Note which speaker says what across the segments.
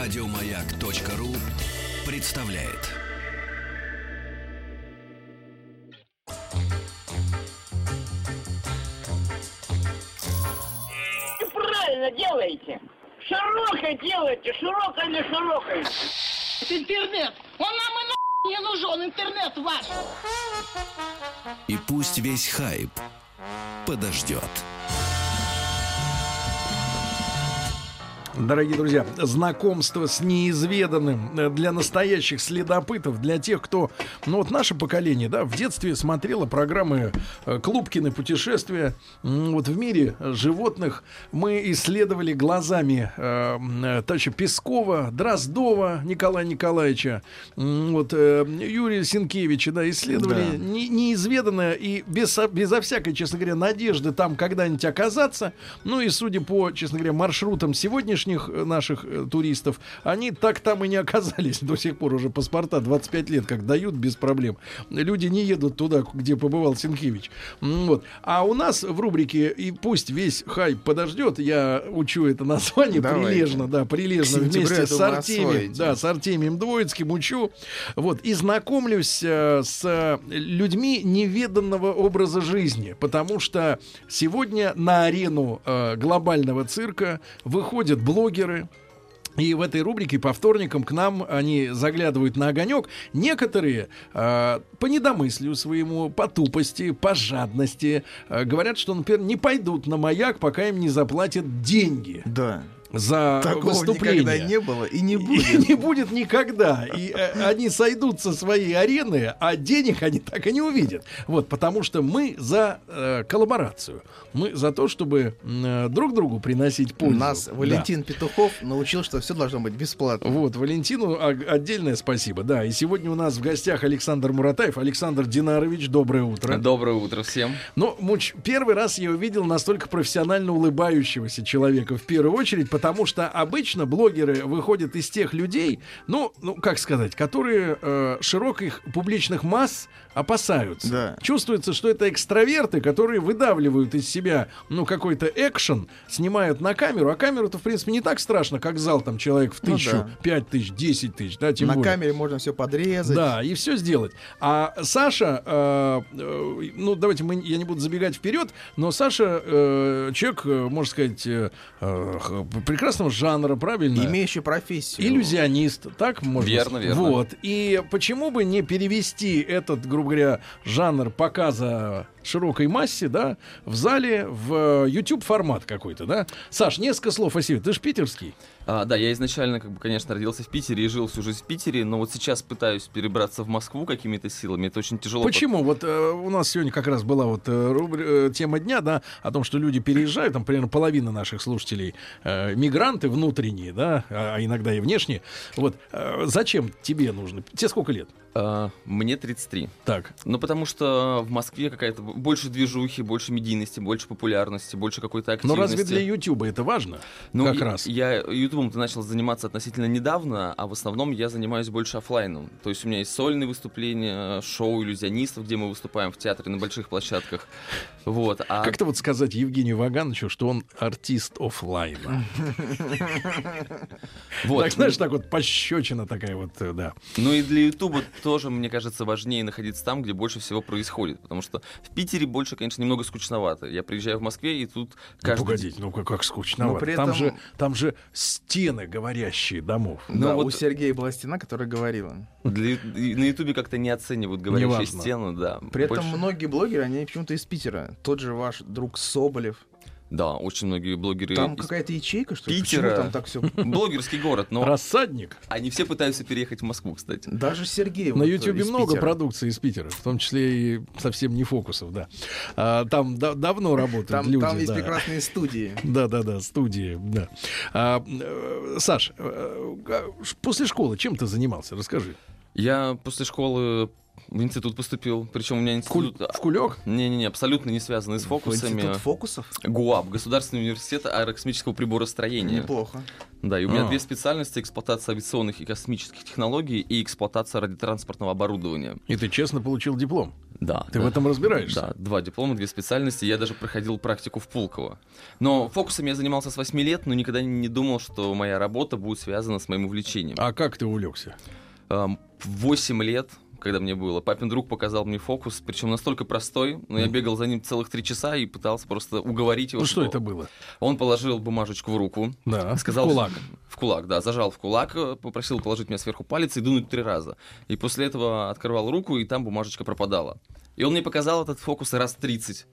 Speaker 1: Радиомаяк.ру представляет.
Speaker 2: И правильно делаете. Широкой делаете, широкой или широкой.
Speaker 3: Интернет! Он нам и нахуй не нужен, интернет ваш!
Speaker 1: И пусть весь хайп подождет.
Speaker 4: Дорогие друзья, знакомство с неизведанным э, для настоящих следопытов, для тех, кто, ну вот наше поколение, да, в детстве смотрело программы э, Клубкины путешествия. М, Вот в мире э, животных мы исследовали глазами э, м, товарища Пескова, Дроздова Николая Николаевича, м, вот э, Юрия Сенкевича, да, исследовали
Speaker 5: Да.
Speaker 4: не- неизведанное и без, безо всякой, честно говоря, надежды там когда-нибудь оказаться. Ну и судя по, честно говоря, маршрутам сегодняшних э, наших э, туристов, они так там и не оказались до сих пор. Уже паспорта 25 лет как дают без проблем. Люди не едут туда, где побывал Сенкевич. М, Вот. А у нас в рубрике «И пусть весь хайп подождет», я учу это название
Speaker 5: Давайте.
Speaker 4: прилежно, да, прилежно
Speaker 5: К сентябрю, я
Speaker 4: вместе с
Speaker 5: думаю,
Speaker 4: Артемием.
Speaker 5: освоите.
Speaker 4: Да, с Артемием Двоицким учу. Вот, и знакомлюсь э, с э, людьми неведанного образа жизни, потому что сегодня на арену э, глобального цирка выходят блогеры, и в этой рубрике по вторникам к нам они заглядывают на огонек. Некоторые э, по недомыслию своему, по тупости, по жадности э, говорят, что, например, не пойдут на маяк, пока им не заплатят деньги
Speaker 5: Да.
Speaker 4: за
Speaker 5: Такого
Speaker 4: выступление.
Speaker 5: никогда не было и не
Speaker 4: И
Speaker 5: будет.
Speaker 4: не будет никогда. И э, они сойдут со своей арены, а денег они так и не увидят. Вот, потому что мы за э, коллаборацию. Мы за то, чтобы м, э, друг другу приносить пользу.
Speaker 5: Нас
Speaker 4: Да.
Speaker 5: Валентин Петухов научил, что все должно быть бесплатно.
Speaker 4: Вот, Валентину а- отдельное спасибо. Да, и сегодня у нас в гостях Александр Муратаев. Александр Динарович, доброе утро.
Speaker 6: Доброе утро всем.
Speaker 4: Ну, муч- первый раз я увидел настолько профессионально улыбающегося человека в первую очередь, потому что обычно блогеры выходят из тех людей, ну, ну как сказать, которые э, широких публичных масс опасаются.
Speaker 5: Да.
Speaker 4: Чувствуется, что это экстраверты, которые выдавливают из себя, ну, какой-то экшен, снимают на камеру, а камеру-то, в принципе, не так страшно, как зал там человек в
Speaker 5: Ну
Speaker 4: тысячу,
Speaker 5: да.
Speaker 4: пять тысяч, десять тысяч, да, тем
Speaker 5: На
Speaker 4: более.
Speaker 5: камере можно все подрезать.
Speaker 4: Да, и все сделать. А Саша, э, э, ну давайте мы, я не буду забегать вперед, но Саша э, человек, э, можно сказать, э, э, х- прекрасного жанра, правильно?
Speaker 5: Имеющий профессию.
Speaker 4: Иллюзионист, так можно?
Speaker 6: Верно,
Speaker 4: с-
Speaker 6: верно.
Speaker 4: Вот. И почему бы не перевести этот, грубо говоря, жанр показа широкой массе, да, в зале в э, YouTube формат какой-то, да? Саш, несколько слов о себе. Ты же питерский.
Speaker 6: А, да, я изначально, как бы, конечно, родился в Питере и жил всю жизнь в Питере, но вот сейчас пытаюсь перебраться в Москву какими-то силами. Это очень тяжело.
Speaker 4: Почему? Вот э, у нас сегодня как раз была вот э, рубри- э, тема дня, да, о том, что люди переезжают, там примерно половина наших слушателей э, мигранты внутренние, да, а а иногда и внешние. Вот э, зачем тебе нужно? Тебе сколько лет?
Speaker 6: А, мне 33.
Speaker 4: Так.
Speaker 6: Ну, потому что в Москве какая-то б- больше движухи, больше медийности, больше популярности, больше какой-то
Speaker 4: Но
Speaker 6: активности.
Speaker 4: ну разве для Ютуба это важно?
Speaker 6: Ну,
Speaker 4: как
Speaker 6: я-
Speaker 4: раз.
Speaker 6: Я ютубом-то начал заниматься относительно недавно, а в основном я занимаюсь больше оффлайном. То есть у меня есть сольные выступления, шоу иллюзионистов, где мы выступаем в театре на больших площадках. Вот. А...
Speaker 4: Как-то вот сказать Евгению Вагановичу, что он артист оффлайна.
Speaker 6: вот.
Speaker 4: Так, знаешь, так вот пощечина такая вот, э, да.
Speaker 6: Ну и для Ютуба тоже, мне кажется, важнее находиться там, где больше всего происходит. Потому что в Питере больше, конечно, немного скучновато. Я приезжаю в Москве, и тут
Speaker 4: Ну,
Speaker 6: каждый...
Speaker 4: Погодите, ну как, как скучновато.
Speaker 5: Но при
Speaker 4: там,
Speaker 5: этом-
Speaker 4: же, там же стены говорящие домов.
Speaker 5: Ну
Speaker 6: Да,
Speaker 5: вот у
Speaker 6: вот-
Speaker 5: Сергея была стена, которая говорила.
Speaker 6: для- и на Ютубе как-то не оценивают говорящие
Speaker 4: Неважно.
Speaker 6: стены, да.
Speaker 5: При этом
Speaker 6: Больше-
Speaker 5: многие блогеры, они почему-то из Питера. Тот же ваш друг Соболев.
Speaker 6: Да, очень многие блогеры...
Speaker 5: Там
Speaker 6: из-
Speaker 5: какая-то ячейка, что ли?
Speaker 6: Питера.
Speaker 5: Почему там так все?
Speaker 6: Блогерский город, но
Speaker 4: Рассадник.
Speaker 6: они все пытаются переехать в Москву, кстати.
Speaker 5: Даже Сергей.
Speaker 4: На
Speaker 5: вот э,
Speaker 4: Ютубе
Speaker 5: из
Speaker 4: много
Speaker 5: Питера.
Speaker 4: продукции из Питера, в том числе и совсем не фокусов, да. А, там да- давно работают
Speaker 5: Там,
Speaker 4: люди.
Speaker 5: там есть
Speaker 4: да.
Speaker 5: прекрасные студии.
Speaker 4: Да, да, да, студии, да. А, э, Саш, э, а, ш- после школы чем ты занимался? Расскажи.
Speaker 6: Я после школы в институт поступил, причем у меня
Speaker 4: Куль-
Speaker 6: институт...
Speaker 4: В кулек?
Speaker 6: Не-не-не, абсолютно не связанный с фокусами.
Speaker 5: Институт фокусов?
Speaker 6: ГУАП, Государственный университет аэрокосмического приборостроения.
Speaker 5: Неплохо.
Speaker 6: Да, и у меня
Speaker 4: А.
Speaker 6: две специальности: эксплуатация авиационных и космических технологий и эксплуатация радиотранспортного оборудования.
Speaker 4: И ты честно получил диплом.
Speaker 6: Да.
Speaker 4: Ты
Speaker 6: да.
Speaker 4: в этом разбираешься?
Speaker 6: Да, два диплома, две специальности. Я даже проходил практику в Пулково. Но фокусом я занимался с 8 лет, но никогда не думал, что моя работа будет связана с моим увлечением.
Speaker 4: А как ты увлекся?
Speaker 6: Эм, в 8 лет, когда мне было, папин друг показал мне фокус, причем настолько простой, но я бегал за ним целых три часа и пытался просто уговорить его.
Speaker 4: Ну что
Speaker 6: чтобы-
Speaker 4: это было?
Speaker 6: Он положил бумажечку в руку,
Speaker 4: Да,
Speaker 6: сказал...
Speaker 4: в кулак.
Speaker 6: В кулак, да, зажал в кулак, э, попросил положить меня сверху палец и дунуть три раза. И после этого открывал руку, и там бумажечка пропадала. И он мне показал этот фокус раз 30.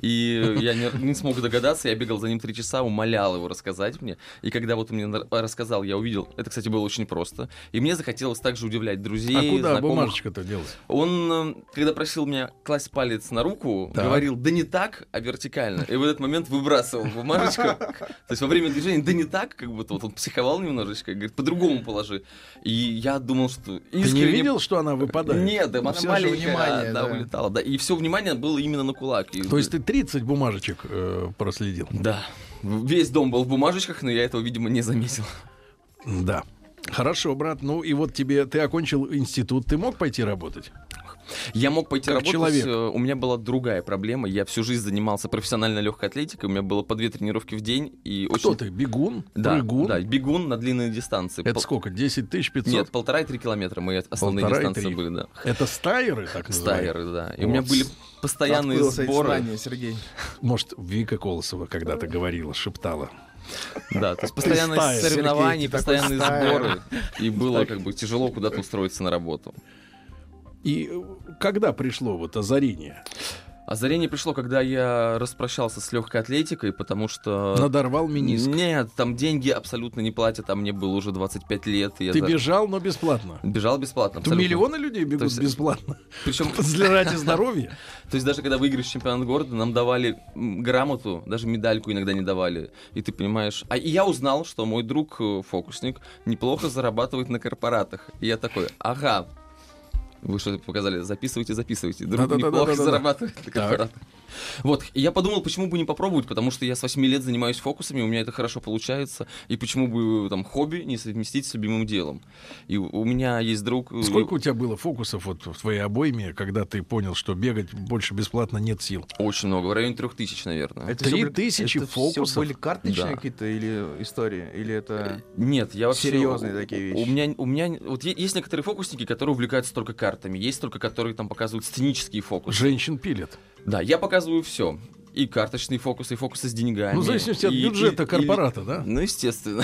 Speaker 6: И я не, не смог догадаться, я бегал за ним три часа, умолял его рассказать мне. И когда вот он мне на- рассказал, я увидел, это, кстати, было очень просто. И мне захотелось также удивлять друзей,
Speaker 4: А куда
Speaker 6: знакомых.
Speaker 4: бумажечка-то делась?
Speaker 6: Он, э, когда просил меня класть палец на руку,
Speaker 4: Так.
Speaker 6: говорил, да не так, а вертикально. И в этот момент выбрасывал бумажечку. То есть во время движения, да не так, как будто вот он психовал немножечко, говорит, по-другому положи. И я думал, что
Speaker 4: Ты не
Speaker 6: искренне-
Speaker 4: видел, что она выпадает?
Speaker 6: Нет, да,
Speaker 5: Ну,
Speaker 6: она
Speaker 5: всё же
Speaker 6: маленькая,
Speaker 5: внимание,
Speaker 6: да,
Speaker 5: да.
Speaker 6: улетала. Да, и все внимание было именно на кулак. И-
Speaker 4: То есть ты 30 бумажечек э, проследил?
Speaker 6: Да. Весь дом был в бумажечках, но я этого, видимо, не заметил.
Speaker 4: Да. Хорошо, брат. Ну и вот тебе, ты окончил институт, ты мог пойти работать?
Speaker 6: Я мог пойти
Speaker 4: Как
Speaker 6: работать.
Speaker 4: человек.
Speaker 6: э, У меня была другая проблема. Я всю жизнь занимался профессиональной легкой атлетикой. У меня было по две тренировки в день. И
Speaker 4: Кто
Speaker 6: очень...
Speaker 4: ты? Бегун?
Speaker 6: Да,
Speaker 4: Прыгун?
Speaker 6: да, бегун на длинные дистанции.
Speaker 4: Это
Speaker 6: Пол-
Speaker 4: сколько? 10 тысяч 500?
Speaker 6: Нет, полтора-три километра мои основные
Speaker 4: Полтора и
Speaker 6: дистанции
Speaker 4: три.
Speaker 6: были, да.
Speaker 4: Это стайеры, так называемые?
Speaker 6: Стайеры, да. И
Speaker 4: Вот.
Speaker 6: у меня были постоянные
Speaker 5: Откуда свои
Speaker 6: сборы.
Speaker 5: знания, Сергей?
Speaker 4: Может, Вика Колосова когда-то говорила, шептала.
Speaker 6: Да, то есть постоянные
Speaker 4: стайер,
Speaker 6: соревнования,
Speaker 5: Сергей, ты
Speaker 6: постоянные
Speaker 5: такой стайер.
Speaker 6: сборы. И было как бы тяжело куда-то устроиться на работу.
Speaker 4: И э, когда пришло вот озарение?
Speaker 6: Озарение пришло, когда я распрощался с легкой атлетикой, потому что...
Speaker 4: Надорвал миниск.
Speaker 6: А, Нет, там деньги абсолютно не платят, а мне было уже 25 лет. И я
Speaker 4: Ты
Speaker 6: за-
Speaker 4: бежал, но бесплатно.
Speaker 6: бежал бесплатно.
Speaker 4: Тут миллионы людей бегут
Speaker 6: То есть- э,
Speaker 4: бесплатно.
Speaker 6: Причем
Speaker 4: Для- Ради здоровья.
Speaker 6: То есть даже когда выиграешь чемпионат города, нам давали м, грамоту, даже медальку иногда не давали. И ты понимаешь... А и я узнал, что мой друг э, фокусник неплохо зарабатывает на корпоратах. И я такой, ага, вы что показали? Записывайте, записывайте. Друг
Speaker 4: Да-да-да-да-да-да.
Speaker 6: неплохо зарабатывает на
Speaker 4: Так.
Speaker 6: корпоратах. Вот, и я подумал, почему бы не попробовать, потому что я с 8 лет занимаюсь фокусами, у меня это хорошо получается, и почему бы э, там хобби не совместить с любимым делом. И у у меня есть друг... э,
Speaker 4: Сколько у тебя было фокусов вот в твоей обойме, когда ты понял, что бегать больше бесплатно нет сил?
Speaker 6: Очень много, в районе трех тысяч, наверное.
Speaker 5: Это всё
Speaker 4: Три
Speaker 5: были-
Speaker 4: тысячи
Speaker 5: А, это всё
Speaker 4: фокусов?
Speaker 5: были карточные
Speaker 6: Да. Э,
Speaker 5: какие-то или истории? Или это...
Speaker 6: Нет, я вообще...
Speaker 5: Серьезные
Speaker 6: у-
Speaker 5: такие
Speaker 6: У
Speaker 5: вещи.
Speaker 6: меня, у меня... Вот е- есть некоторые фокусники, которые увлекаются только картами. Есть только, которые там показывают сценические фокусы.
Speaker 4: Женщин пилят.
Speaker 6: Да, я показываю все. И карточные фокусы, и фокусы с деньгами.
Speaker 4: Ну, в зависимости от
Speaker 6: и- и-
Speaker 4: бюджета
Speaker 6: и-
Speaker 4: корпората, да?
Speaker 6: Ну, естественно.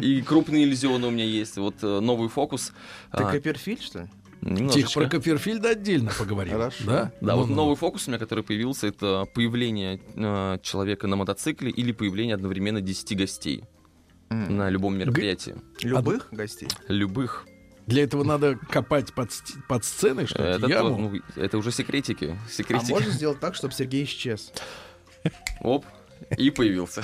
Speaker 6: И крупные иллюзионы у меня есть. Вот э, новый фокус.
Speaker 5: Ты
Speaker 6: а,
Speaker 5: Копперфильд, что ли?
Speaker 6: немножечко.
Speaker 4: Тихо, про Копперфильда отдельно поговорим.
Speaker 5: Хорошо.
Speaker 4: Да, Ну,
Speaker 6: Да, вот
Speaker 4: Ну-ну.
Speaker 6: новый фокус у меня, который появился, это появление э, человека на мотоцикле или появление одновременно 10 гостей
Speaker 5: М.
Speaker 6: на любом мероприятии.
Speaker 5: Любых гостей?
Speaker 6: Любых.
Speaker 4: Для этого надо копать под, сти- под сценой что-то,
Speaker 6: Это, то-
Speaker 4: яму.
Speaker 6: ну, это уже секретики.
Speaker 5: А
Speaker 6: секретики.
Speaker 5: можно сделать так, чтобы Сергей исчез?
Speaker 6: Оп, и появился.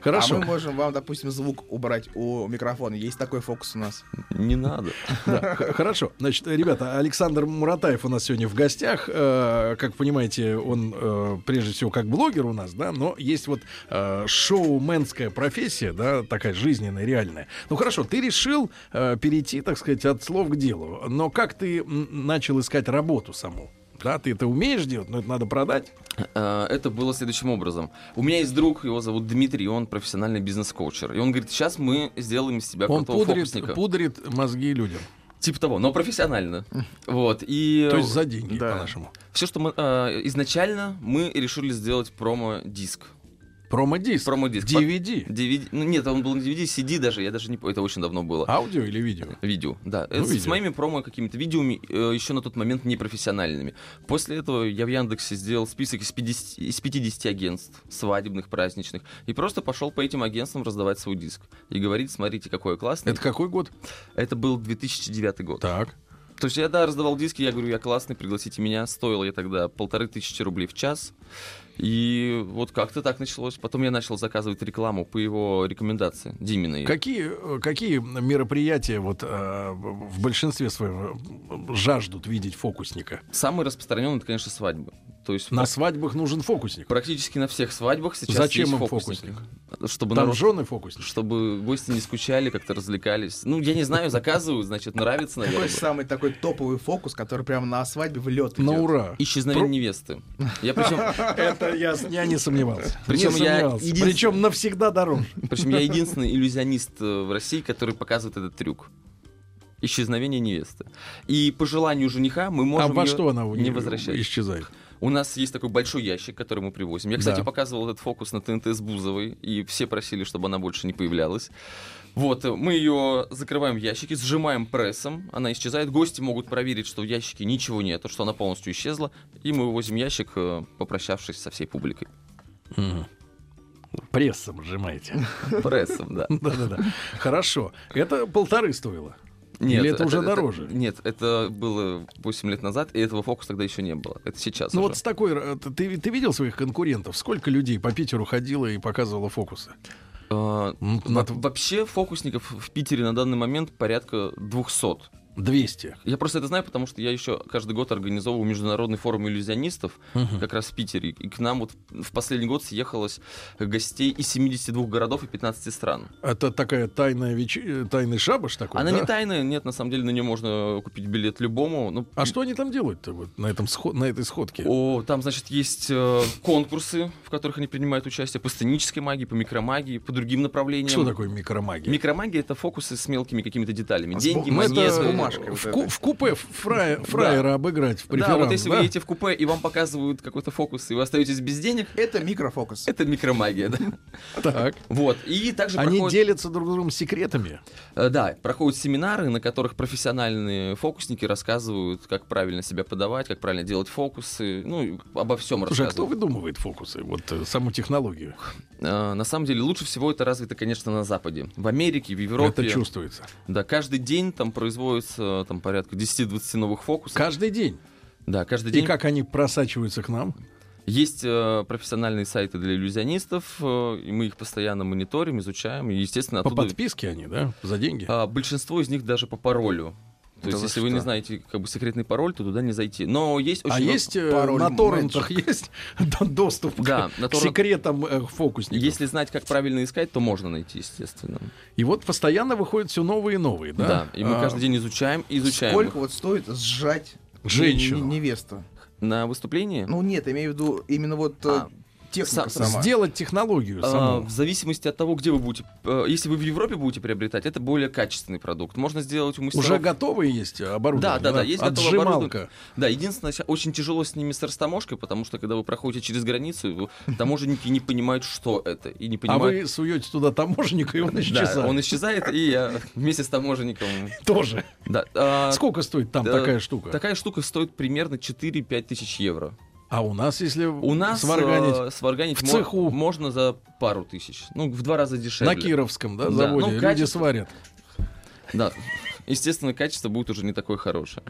Speaker 4: Хорошо.
Speaker 5: А мы можем вам, допустим, звук убрать у микрофона. Есть такой фокус у нас.
Speaker 6: Не надо.
Speaker 4: Да, х- хорошо. Значит, ребята, Александр Муратаев у нас сегодня в гостях. Э, Как понимаете, он э, прежде всего как блогер у нас, да, но есть вот э, шоуменская профессия, да, такая жизненная, реальная. Ну хорошо, ты решил э, перейти, так сказать, от слов к делу. Но как ты м, начал искать работу саму? Да, ты это умеешь делать, но это надо продать.
Speaker 6: Э, Это было следующим образом. У меня есть друг, его зовут Дмитрий, он профессиональный бизнес-коучер. И он говорит, сейчас мы сделаем из тебя
Speaker 4: Он
Speaker 6: крутого
Speaker 4: пудрит,
Speaker 6: фокусника.
Speaker 4: пудрит мозги людям.
Speaker 6: Типа того, но профессионально. Вот, и...
Speaker 4: То есть за деньги,
Speaker 5: да.
Speaker 4: по-нашему.
Speaker 6: Все, что мы... э, Изначально мы решили сделать промо-диск.
Speaker 4: Промо-диск.
Speaker 6: Промо-диск.
Speaker 4: DVD.
Speaker 6: DVD... Ну нет, он был на DVD, CD даже, я даже не... по- Это очень давно было.
Speaker 4: Аудио или видео?
Speaker 6: Видео, да.
Speaker 4: Ну,
Speaker 6: С- С
Speaker 4: видео.
Speaker 6: моими промо какими-то видеоми э, еще на тот момент непрофессиональными. После этого я в Яндексе сделал список из 50, из 50 агентств, свадебных, праздничных, и просто пошел по этим агентствам раздавать свой диск. И говорить, смотрите, какой я классный.
Speaker 4: Это какой год?
Speaker 6: Это был 2009 год.
Speaker 4: Так.
Speaker 6: То есть я, да, раздавал диски, я говорю, я классный, пригласите меня. Стоил я тогда полторы тысячи рублей в час. И вот как-то так началось. Потом я начал заказывать рекламу по его рекомендации, Диминой.
Speaker 4: Какие, э, какие мероприятия вот, э, в большинстве своем э, жаждут видеть фокусника?
Speaker 6: Самый распространенный, это, конечно, свадьбы. То есть
Speaker 4: На свадьбах нужен фокусник.
Speaker 6: практически на всех свадьбах сейчас
Speaker 4: Зачем
Speaker 6: есть
Speaker 4: им
Speaker 6: фокусники. Чтобы
Speaker 4: Там
Speaker 6: народ-
Speaker 4: жены фокусник.
Speaker 6: чтобы гости не скучали, как-то развлекались. Ну, я не знаю, заказывают, значит, нравится,
Speaker 5: Какой
Speaker 6: наверное.
Speaker 5: самый такой топовый фокус, который прямо на свадьбе в лед
Speaker 4: На
Speaker 5: идет?
Speaker 4: ура.
Speaker 6: Исчезновение
Speaker 4: Про-
Speaker 6: невесты. Я причем,
Speaker 4: Это я, с- я не сомневался.
Speaker 6: Причем
Speaker 4: Не
Speaker 6: я
Speaker 4: сомневался.
Speaker 6: единственный-
Speaker 4: Причем навсегда дороже.
Speaker 6: причем я единственный иллюзионист э, в России, который показывает этот трюк. Исчезновение невесты. И по желанию жениха мы можем...
Speaker 4: А во
Speaker 6: её
Speaker 4: что она у
Speaker 6: не
Speaker 4: нее
Speaker 6: возвращать.
Speaker 4: исчезает?
Speaker 6: У нас есть такой большой ящик, который мы привозим. Я, кстати,
Speaker 4: Да.
Speaker 6: показывал этот фокус на ТНТ с Бузовой, и все просили, чтобы она больше не появлялась. Вот, э, мы ее закрываем в ящике, сжимаем прессом, она исчезает. Гости могут проверить, что в ящике ничего нет, что она полностью исчезла, и мы вывозим ящик, э, попрощавшись со всей публикой.
Speaker 4: Прессом сжимаете.
Speaker 6: Прессом, да.
Speaker 4: Да-да-да. Хорошо. Это полторы стоило. Или это уже дороже?
Speaker 6: Нет, это было 8 лет назад, и этого фокуса тогда еще не было. Это сейчас
Speaker 4: Ну
Speaker 6: уже.
Speaker 4: вот с такой... э, Ты, ты видел своих конкурентов? Сколько людей по Питеру ходило и показывало фокусы?
Speaker 6: Э,
Speaker 4: Ну,
Speaker 6: во-
Speaker 4: на тв-
Speaker 6: Вообще фокусников в Питере на данный момент порядка 200.
Speaker 4: 200.
Speaker 6: Я просто это знаю, потому что я еще каждый год организовываю международный форум иллюзионистов,
Speaker 4: Мгм.
Speaker 6: как раз в Питере. И к нам вот в последний год съехалось гостей из 72 городов и 15 стран.
Speaker 4: Это такая тайная веч... э, тайный шабаш такой,
Speaker 6: Она
Speaker 4: да?
Speaker 6: не тайная, нет, на самом деле на нее можно купить билет любому. Ну,
Speaker 4: А что они там делают-то вот на, этом сход... на этой сходке?
Speaker 6: О, там, значит, есть э, конкурсы, в которых они принимают участие по сценической магии, по микромагии, по другим направлениям.
Speaker 4: Что такое микромагия?
Speaker 6: Микромагия — это фокусы с мелкими какими-то деталями.
Speaker 5: С
Speaker 6: Деньги,
Speaker 5: бу-
Speaker 4: Ну, это
Speaker 6: монеты.
Speaker 5: с бумажкой вот
Speaker 4: В,
Speaker 5: этой.
Speaker 4: ку- в купе фрая- фраера обыграть в
Speaker 6: Да,
Speaker 4: преферанс,
Speaker 6: вот если вы
Speaker 4: да?
Speaker 6: едете в купе и вам показывают какой-то фокус, и вы остаетесь без денег,
Speaker 5: Это микрофокус.
Speaker 6: Это микромагия, да.
Speaker 4: Так.
Speaker 6: Вот. И также
Speaker 4: Они
Speaker 6: проходят,
Speaker 4: делятся друг с другом секретами.
Speaker 6: э, да, проходят семинары, на которых профессиональные фокусники рассказывают, как правильно себя подавать, как правильно делать фокусы, ну, и обо всем
Speaker 4: Слушай, а кто
Speaker 6: рассказывают.
Speaker 4: выдумывает фокусы? Вот э, саму технологию.
Speaker 6: Э, На самом деле, лучше всего это развито, конечно, на Западе. В Америке, в Европе.
Speaker 4: Это чувствуется.
Speaker 6: Да, каждый день там производится там, порядка 10-20 новых фокусов.
Speaker 4: Каждый день.
Speaker 6: Да, каждый
Speaker 4: И
Speaker 6: день.
Speaker 4: как они просачиваются к нам?
Speaker 6: Есть э, профессиональные сайты для иллюзионистов, э, и мы их постоянно мониторим, изучаем, и, естественно,
Speaker 4: По
Speaker 6: оттуда...
Speaker 4: подписке они, да? За деньги.
Speaker 6: А, большинство из них даже по паролю. То
Speaker 5: Да
Speaker 6: есть,
Speaker 5: вы
Speaker 6: если вы не
Speaker 5: что?
Speaker 6: знаете как бы секретный пароль, то туда не зайти. Но есть очень
Speaker 4: а
Speaker 6: много-
Speaker 4: есть э,
Speaker 5: пароль
Speaker 4: на торрентах есть до- доступ к-
Speaker 6: Да, на
Speaker 4: к
Speaker 6: торрент-
Speaker 4: секретам э, фокусников?
Speaker 6: Если знать, как правильно искать, то можно найти, естественно.
Speaker 4: И вот постоянно выходят все новые и новые, да?
Speaker 6: Да. И мы
Speaker 4: А,
Speaker 6: каждый день изучаем и изучаем.
Speaker 5: Сколько вот стоит сжать
Speaker 4: Женщину.
Speaker 5: н- н- невесту?
Speaker 6: На выступлении?
Speaker 5: Ну нет, имею в виду именно вот э,
Speaker 6: А,
Speaker 5: техника
Speaker 6: сам-
Speaker 5: сама.
Speaker 4: Сделать технологию
Speaker 6: А,
Speaker 4: саму.
Speaker 6: в зависимости от того, где вы будете. э, Если вы в Европе будете приобретать, это более качественный продукт. Можно сделать у мастеров.
Speaker 4: Уже готовые есть оборудование?
Speaker 6: Да, да, да, есть готовое
Speaker 4: Отжималка.
Speaker 6: Да, единственное, ща- очень тяжело с ними с растаможкой, потому что когда вы проходите через границу, вы- таможенники не понимают, что это, и не
Speaker 4: А
Speaker 6: понимают.
Speaker 4: вы суете туда таможенника, и он
Speaker 6: Да,
Speaker 4: исчезает.
Speaker 6: он исчезает, и я вместе с таможенником.
Speaker 4: тоже.
Speaker 6: Да, а,
Speaker 4: Сколько стоит там
Speaker 6: да,
Speaker 4: такая штука?
Speaker 6: Такая штука стоит примерно 4-5 тысяч евро.
Speaker 4: А у нас, если
Speaker 6: У нас
Speaker 4: сварганить
Speaker 6: э, сварганить
Speaker 4: в
Speaker 6: мо-
Speaker 4: цеху.
Speaker 6: можно за пару тысяч. Ну, в два раза
Speaker 4: на
Speaker 6: дешевле.
Speaker 4: Кировском, да,
Speaker 6: Да,
Speaker 4: заводе,
Speaker 6: ну,
Speaker 4: люди
Speaker 6: качество-
Speaker 4: сварят.
Speaker 6: Да. Естественно, качество будет уже не такое хорошее.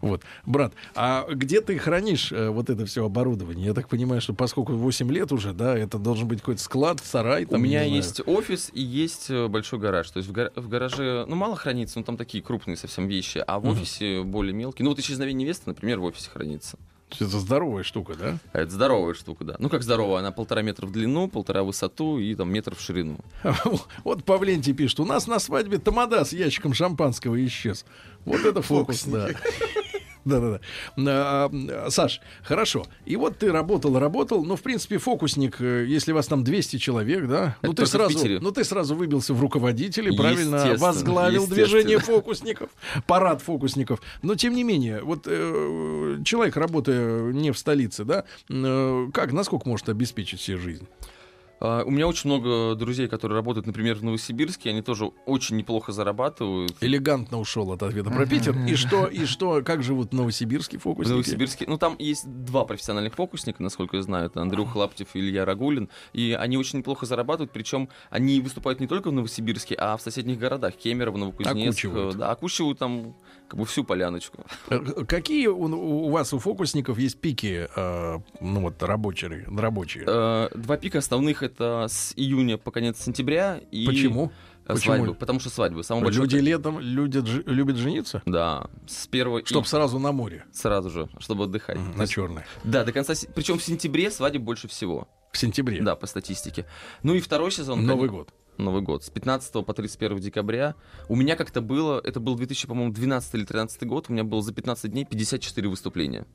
Speaker 4: Вот, брат, а где ты хранишь э, вот это все оборудование? Я так понимаю, что поскольку 8 лет уже, да, это должен быть какой-то склад, сарай.
Speaker 6: У
Speaker 4: там,
Speaker 6: меня
Speaker 4: не знаю.
Speaker 6: есть офис и есть э, большой гараж. То есть в, гар- в гараже, ну, мало хранится, ну, там такие крупные совсем вещи, а в
Speaker 4: Мгм.
Speaker 6: офисе более мелкие. Ну, вот исчезновение невесты, например, в офисе хранится.
Speaker 4: То есть Это здоровая штука, да?
Speaker 6: А Это здоровая штука, да. Ну, как здоровая, она полтора метра в длину, полтора в высоту и там метр в ширину.
Speaker 4: Вот Павленти пишет, у нас на свадьбе тамада с ящиком шампанского исчез. Вот это фокус, да. Да-да-да. А, а, Саш, хорошо. И вот ты работал, работал, но в принципе фокусник, э, если вас там 200 человек, да, ну ты
Speaker 6: Это только в
Speaker 4: сразу,
Speaker 6: Питере.
Speaker 4: ну ты сразу выбился в руководители, правильно
Speaker 6: Естественно,
Speaker 4: возглавил
Speaker 6: естественно.
Speaker 4: движение фокусников, парад фокусников. Но тем не менее, вот э, человек, работая не в столице, да, э, как, насколько может обеспечить себе жизнь?
Speaker 6: А, У меня очень много друзей, которые работают, например, в Новосибирске, они тоже очень неплохо зарабатывают.
Speaker 4: элегантно ушел от ответа про Питер. И что, и что, как живут новосибирские
Speaker 6: В
Speaker 4: фокусники?
Speaker 6: Новосибирске. Ну, там есть два профессиональных фокусника, насколько я знаю. Это Андрюха Лаптев и Илья Рагулин. И они очень неплохо зарабатывают. Причем они выступают не только в Новосибирске, а в соседних городах. Кемерово, Новокузнецк.
Speaker 4: Окучивают.
Speaker 6: э, Да, окучивают там как бы всю поляночку.
Speaker 4: Э, Какие у, у вас, у фокусников, есть пики, э, ну вот, рабочие? рабочие?
Speaker 6: Э, Два пика основных это с июня по конец сентября. И
Speaker 4: Почему?
Speaker 6: Э,
Speaker 4: Почему?
Speaker 6: Свадьбы. Потому что свадьбы. Самый большой...
Speaker 4: Люди летом люди дж- любят жениться,
Speaker 6: Да. С первого... и- Э,
Speaker 4: чтобы сразу на море,
Speaker 6: Сразу же, чтобы отдыхать. То
Speaker 4: на
Speaker 6: есть-
Speaker 4: черное,
Speaker 6: Да, до конца... Причем в сентябре свадеб больше всего.
Speaker 4: в сентябре.
Speaker 6: Да, по статистике. Ну и второй сезон...
Speaker 4: Новый
Speaker 6: конечно,
Speaker 4: год.
Speaker 6: Новый год. С 15 по 31 декабря. У меня как-то было... Это был 2000, по-моему, 12 или 13 год. У меня было за 15 дней 54 выступления.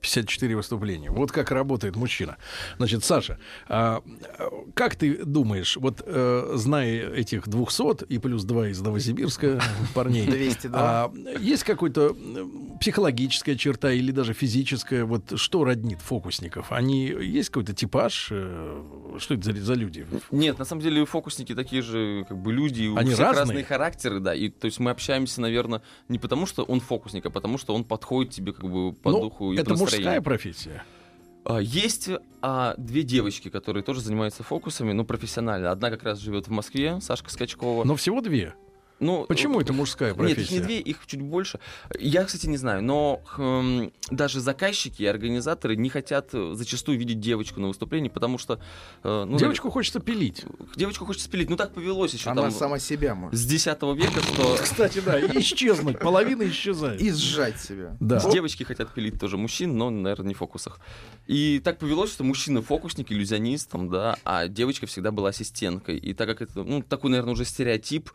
Speaker 4: 54 выступления. Вот как работает мужчина. Значит, Саша, а, а, как ты думаешь, вот э, зная этих 200 и плюс два из Новосибирска парней,
Speaker 5: 202.
Speaker 4: а, есть какая-то м, психологическая черта или даже физическая, вот что роднит фокусников? Они есть какой-то типаж? э, Что это за, за люди?
Speaker 6: Нет, на самом деле фокусники такие же как бы люди, и у
Speaker 4: Они
Speaker 6: всех
Speaker 4: разные?
Speaker 6: разные? характеры, да. И то есть мы общаемся, наверное, не потому что он фокусник, а потому что он подходит тебе как бы по
Speaker 4: Ну,
Speaker 6: духу и
Speaker 4: это
Speaker 6: по настроению.
Speaker 4: мужская профессия.
Speaker 6: А, Есть а, две девочки, которые тоже занимаются фокусами, но профессионально. Одна как раз живет в Москве, Сашка Скачкова.
Speaker 4: Но всего две.
Speaker 6: Ну,
Speaker 4: Почему это мужская профессия?
Speaker 6: Нет, их не две, их чуть больше. Я, кстати, не знаю, но хм, даже заказчики и организаторы не хотят э, зачастую видеть девочку на выступлении, потому что... э, ну,
Speaker 4: Девочку хочется пилить.
Speaker 6: наверно, Девочку хочется пилить, ну так повелось еще
Speaker 5: Она
Speaker 6: там
Speaker 5: сама себя может.
Speaker 6: с 10 века, что...
Speaker 4: Кстати, да, и исчезнуть. Половина исчезает.
Speaker 5: И сжать себя.
Speaker 4: Да.
Speaker 6: С Девочки хотят пилить тоже мужчин, но, наверное, не в фокусах. И так повелось, что мужчина фокусник, иллюзионист, там, да, а девочка всегда была ассистенткой. И так как это, ну, такой, наверное, уже стереотип,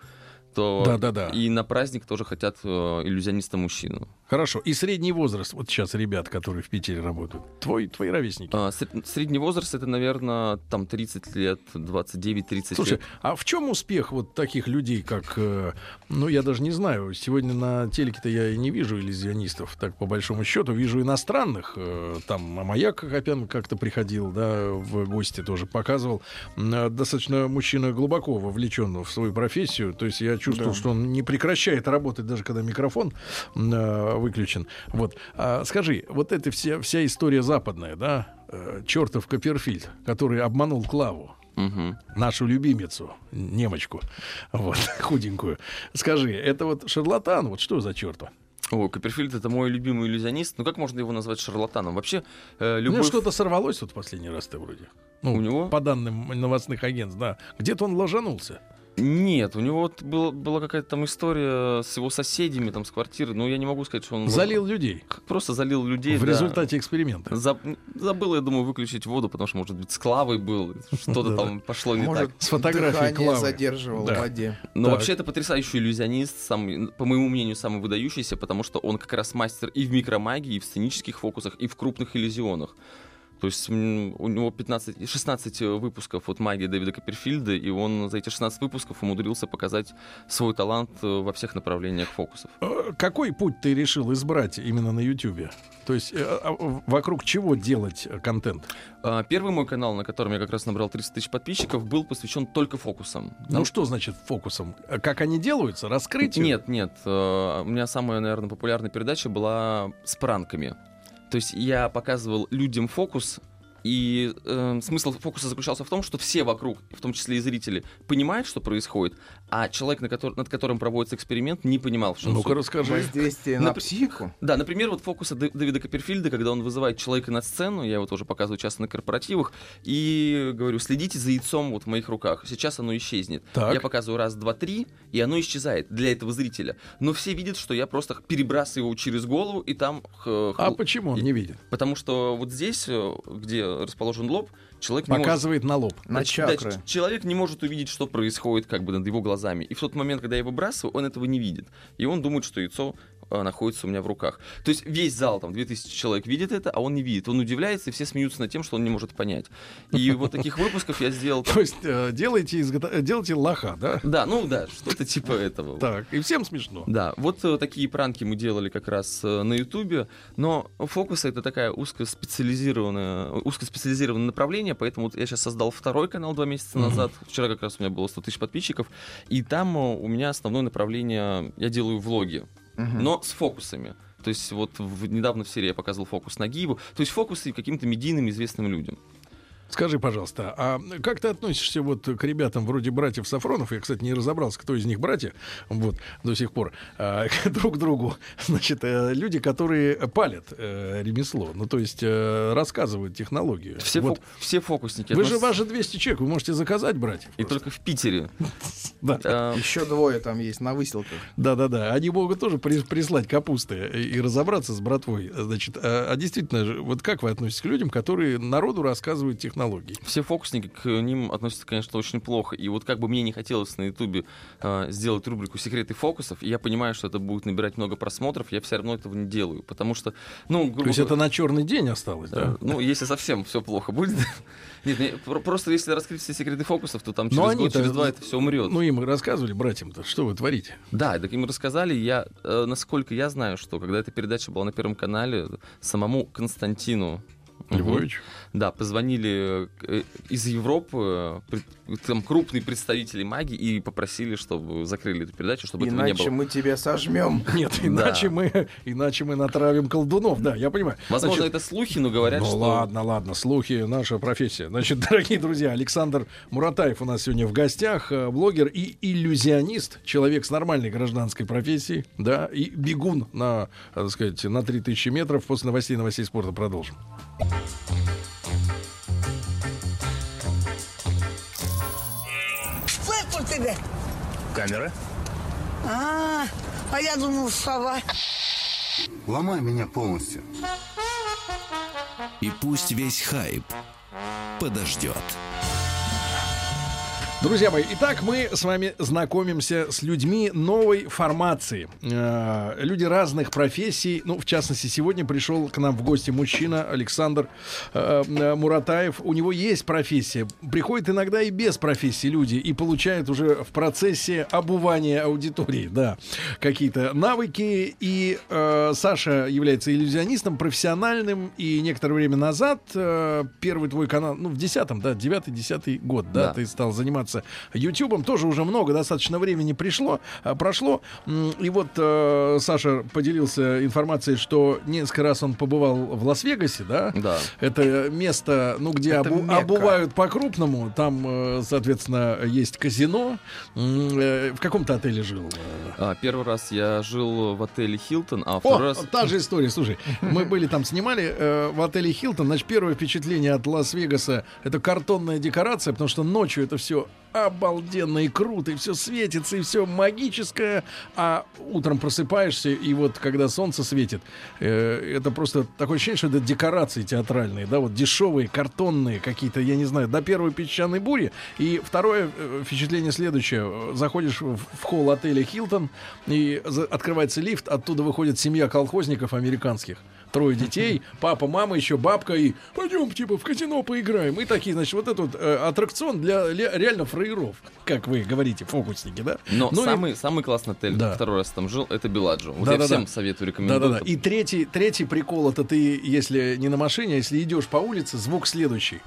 Speaker 6: то
Speaker 4: Да-да-да.
Speaker 6: и на праздник тоже хотят э, иллюзиониста мужчину.
Speaker 4: Хорошо. И средний возраст. Вот сейчас ребят, которые в Питере работают. Твой, твои ровесники.
Speaker 6: А, сред- средний возраст это, наверное, там 30 лет, 29-30
Speaker 4: Слушай,
Speaker 6: лет.
Speaker 4: а в чем успех вот таких людей, как, э, ну, я даже не знаю, сегодня на телеке-то я и не вижу иллюзионистов, так по большому счету, вижу иностранных, э, там Маяк Акопян как-то приходил, да, в гости тоже показывал, М, э, достаточно мужчина глубоко вовлечен в свою профессию, то есть я чувствовал, что он не прекращает работать, даже когда микрофон м, э, выключен, вот. А скажи, вот эта вся, вся история западная, да, э, чертов Копперфильд, который обманул Клаву,
Speaker 6: Мгм.
Speaker 4: нашу любимицу, немочку, вот, худенькую. Скажи, это вот шарлатан, вот что за черта?
Speaker 6: О, Копперфильд это мой любимый иллюзионист. Ну как можно его назвать шарлатаном? Вообще, э,
Speaker 4: У меня
Speaker 6: любой...
Speaker 4: что-то сорвалось вот в последний раз ты вроде. Ну,
Speaker 6: У него?
Speaker 4: По данным новостных агентств, да. Где-то он ложанулся.
Speaker 6: Нет, у него вот был- была какая-то там история с его соседями, там, с квартиры. Ну, я не могу сказать, что он...
Speaker 4: Залил людей.
Speaker 6: Как Просто залил людей.
Speaker 4: в
Speaker 6: да.
Speaker 4: результате эксперимента.
Speaker 6: Заб- Забыл, я думаю, выключить воду, потому что, может быть, с Клавой был. Что-то там пошло не так.
Speaker 5: Может,
Speaker 4: С фотографией
Speaker 5: дыхание
Speaker 4: Клавы.
Speaker 5: задерживало
Speaker 4: Да.
Speaker 5: в воде.
Speaker 6: Но
Speaker 4: так.
Speaker 6: Ну, вообще это потрясающий иллюзионист, самый, по моему мнению, самый выдающийся, потому что он как раз мастер и в микромагии, и в сценических фокусах, и в крупных иллюзионах. То есть м, у него 15, 16 выпусков от магии Дэвида Копперфильда, и он за эти 16 выпусков умудрился показать свой талант э, во всех направлениях фокусов.
Speaker 4: Э, Какой путь ты решил избрать именно на Ютьюбе? То есть э, а в- вокруг чего делать э, контент?
Speaker 6: А, Первый мой канал, на котором я как раз набрал 30 тысяч подписчиков, был посвящен только фокусам.
Speaker 4: Ну что значит фокусом? Э, Как они делаются? Раскрытие?
Speaker 6: Нет, нет. э, У меня самая, наверное, популярная передача была с пранками. То есть я показывал людям фокус, и э, смысл фокуса заключался в том, что все вокруг, в том числе и зрители, понимают, что происходит, а человек, на котор- над которым проводится эксперимент, не понимал, что он
Speaker 4: Ну-ка
Speaker 6: суть.
Speaker 4: расскажи.
Speaker 5: Воздействие на
Speaker 6: Напр-
Speaker 5: психику.
Speaker 6: Да, например, вот фокусы Дэ- Дэвида Копперфильда, когда он вызывает человека на сцену, я его тоже показываю часто на корпоративах, и говорю, следите за яйцом вот в моих руках, сейчас оно исчезнет.
Speaker 4: Так.
Speaker 6: Я показываю раз, два, три, и оно исчезает для этого зрителя. Но все видят, что я просто перебрасываю его через голову, и там... х-
Speaker 4: А
Speaker 6: хл-
Speaker 4: почему он не видит?
Speaker 6: Потому что вот здесь, э, где расположен лоб, человек не может-
Speaker 4: Показывает на лоб.
Speaker 5: На
Speaker 6: Значит,
Speaker 5: чакры.
Speaker 6: да, ч- человек не может увидеть, что происходит как бы над его глазами. И в тот момент, когда я его выбрасываю, он этого не видит. И он думает, что яйцо э, находится у меня в руках. То есть весь зал, там, 2000 человек видит это, а он не видит. Он удивляется, и все смеются над тем, что он не может понять. И вот таких выпусков я сделал...
Speaker 4: То есть э, делайте, изгото- э, делайте лоха, да?
Speaker 6: Да, ну да, что-то типа этого.
Speaker 4: Так, и всем смешно.
Speaker 6: Да, вот э, такие пранки мы делали как раз э, на Ютубе, но фокусы это такая узкоспециализированное, узкоспециализированное направление, поэтому вот я сейчас создал второй канал два месяца назад, вчера как раз у меня было 100 тысяч подписчиков, и там э, у меня основное направление, я делаю влоги,
Speaker 5: Мгм.
Speaker 6: но с фокусами. То есть вот в- недавно в серии я показывал фокус Нагиеву, то есть фокусы каким-то медийным известным людям.
Speaker 4: Скажи, пожалуйста, а как ты относишься вот к ребятам вроде братьев Сафронов? Я, кстати, не разобрался, кто из них братья, вот, до сих пор, а, друг к другу. Значит, э, люди, которые палят э, ремесло, ну, то есть э, рассказывают технологию.
Speaker 6: Все,
Speaker 4: Вот.
Speaker 6: фок- все фокусники.
Speaker 4: Вы же,
Speaker 6: относятся-
Speaker 4: вас же 200 человек, вы можете заказать братьев.
Speaker 6: И только в Питере.
Speaker 4: Да.
Speaker 6: Э,
Speaker 5: Еще двое там есть на выселках.
Speaker 4: Да, да, да. Они могут тоже при- прислать капусты и и разобраться с братвой. Значит, а, а действительно, же, вот как вы относитесь к людям, которые народу рассказывают технологии?
Speaker 6: Все фокусники к ним относятся, конечно, очень плохо. И вот как бы мне не хотелось на Ютубе э, сделать рубрику «Секреты фокусов», и я понимаю, что это будет набирать много просмотров, я все равно этого не делаю, потому что, ну, грубо
Speaker 4: То есть это
Speaker 6: говоря,
Speaker 4: на черный день осталось,
Speaker 6: э,
Speaker 4: да?
Speaker 6: Ну, если совсем все плохо будет. Нет, не, про- просто если раскрыть все секреты фокусов, то там
Speaker 4: Но
Speaker 6: через год,
Speaker 4: Ну, они-то-
Speaker 6: через два это все умрет.
Speaker 4: Ну, им рассказывали, братьям-то, что вы творите.
Speaker 6: Да, так им рассказали. Я, э, насколько я знаю, что когда эта передача была на Первом канале, самому Константину мгм,
Speaker 4: Львович.
Speaker 6: Да, позвонили э, из Европы э, пред- там крупные представители магии и попросили, чтобы закрыли эту передачу, чтобы этого не
Speaker 5: Иначе
Speaker 6: было.
Speaker 5: мы тебя сожмем.
Speaker 4: Нет, иначе, мы, иначе мы натравим колдунов, да, я понимаю.
Speaker 6: Возможно,
Speaker 4: Значит,
Speaker 6: это слухи, но говорят,
Speaker 4: ну
Speaker 6: что
Speaker 4: ладно, ладно, слухи, наша профессия. Значит, дорогие друзья, Александр Муратаев у нас сегодня в гостях, э, блогер и иллюзионист, человек с нормальной гражданской профессией, да, и бегун на, э, так сказать, на 3000 метров. После новостей и новостей спорта продолжим.
Speaker 7: Цепу тебе.
Speaker 8: Камера?
Speaker 7: А, а я думал, сова.
Speaker 8: Ломай меня полностью.
Speaker 1: И пусть весь хайп подождет.
Speaker 4: Друзья мои, итак, мы с вами знакомимся с людьми новой формации. Э, Люди разных профессий. Ну, в частности, сегодня пришел к нам в гости мужчина Александр э, э, Муратаев. У него есть профессия. Приходят иногда и без профессии люди и получают уже в процессе обувания аудитории, да, какие-то навыки. И э, Саша является иллюзионистом, профессиональным. И некоторое время назад э, первый твой канал, ну, в 10-м, да, 9-10 год, да,
Speaker 6: Да.
Speaker 4: ты стал заниматься Ютубом. Тоже уже много достаточно времени пришло, а, прошло. М, И вот э, Саша поделился информацией, что несколько раз он побывал в Лас-Вегасе, да?
Speaker 6: Да.
Speaker 4: Это место, ну, где
Speaker 5: Это
Speaker 4: обу-
Speaker 5: Мекка.
Speaker 4: обувают по-крупному. Там, э, соответственно, есть казино. М, э, В каком-то отеле жил?
Speaker 6: а, первый раз я жил в отеле Хилтон, а
Speaker 4: О,
Speaker 6: второй раз
Speaker 4: та же история, слушай. Мы были там, снимали э, в отеле Хилтон. Значит, первое впечатление от Лас-Вегаса — это картонная декорация, потому что ночью это все обалденно и круто, и все светится, и все магическое. А утром просыпаешься, и вот когда солнце светит, э, это просто такое ощущение, что это декорации театральные, да, вот дешевые, картонные какие-то, я не знаю, до первой песчаной бури. И второе э, впечатление следующее. Э, Заходишь в, в холл отеля Хилтон, и за- открывается лифт, оттуда выходит семья колхозников американских. Трое детей, папа, мама, еще бабка и пойдем, типа, в казино поиграем. И такие, значит, вот этот э, аттракцион для ле- реально фраеров, как вы говорите, фокусники, да?
Speaker 6: Но
Speaker 4: Ну и-
Speaker 6: самый, самый классный отель,
Speaker 4: Да.
Speaker 6: второй раз там жил, это Беладжо. Вот я
Speaker 4: Да-да-да.
Speaker 6: всем советую, рекомендую.
Speaker 4: Да-да-да. И третий, третий прикол это ты, если не на машине, а если идешь по улице, звук следующий.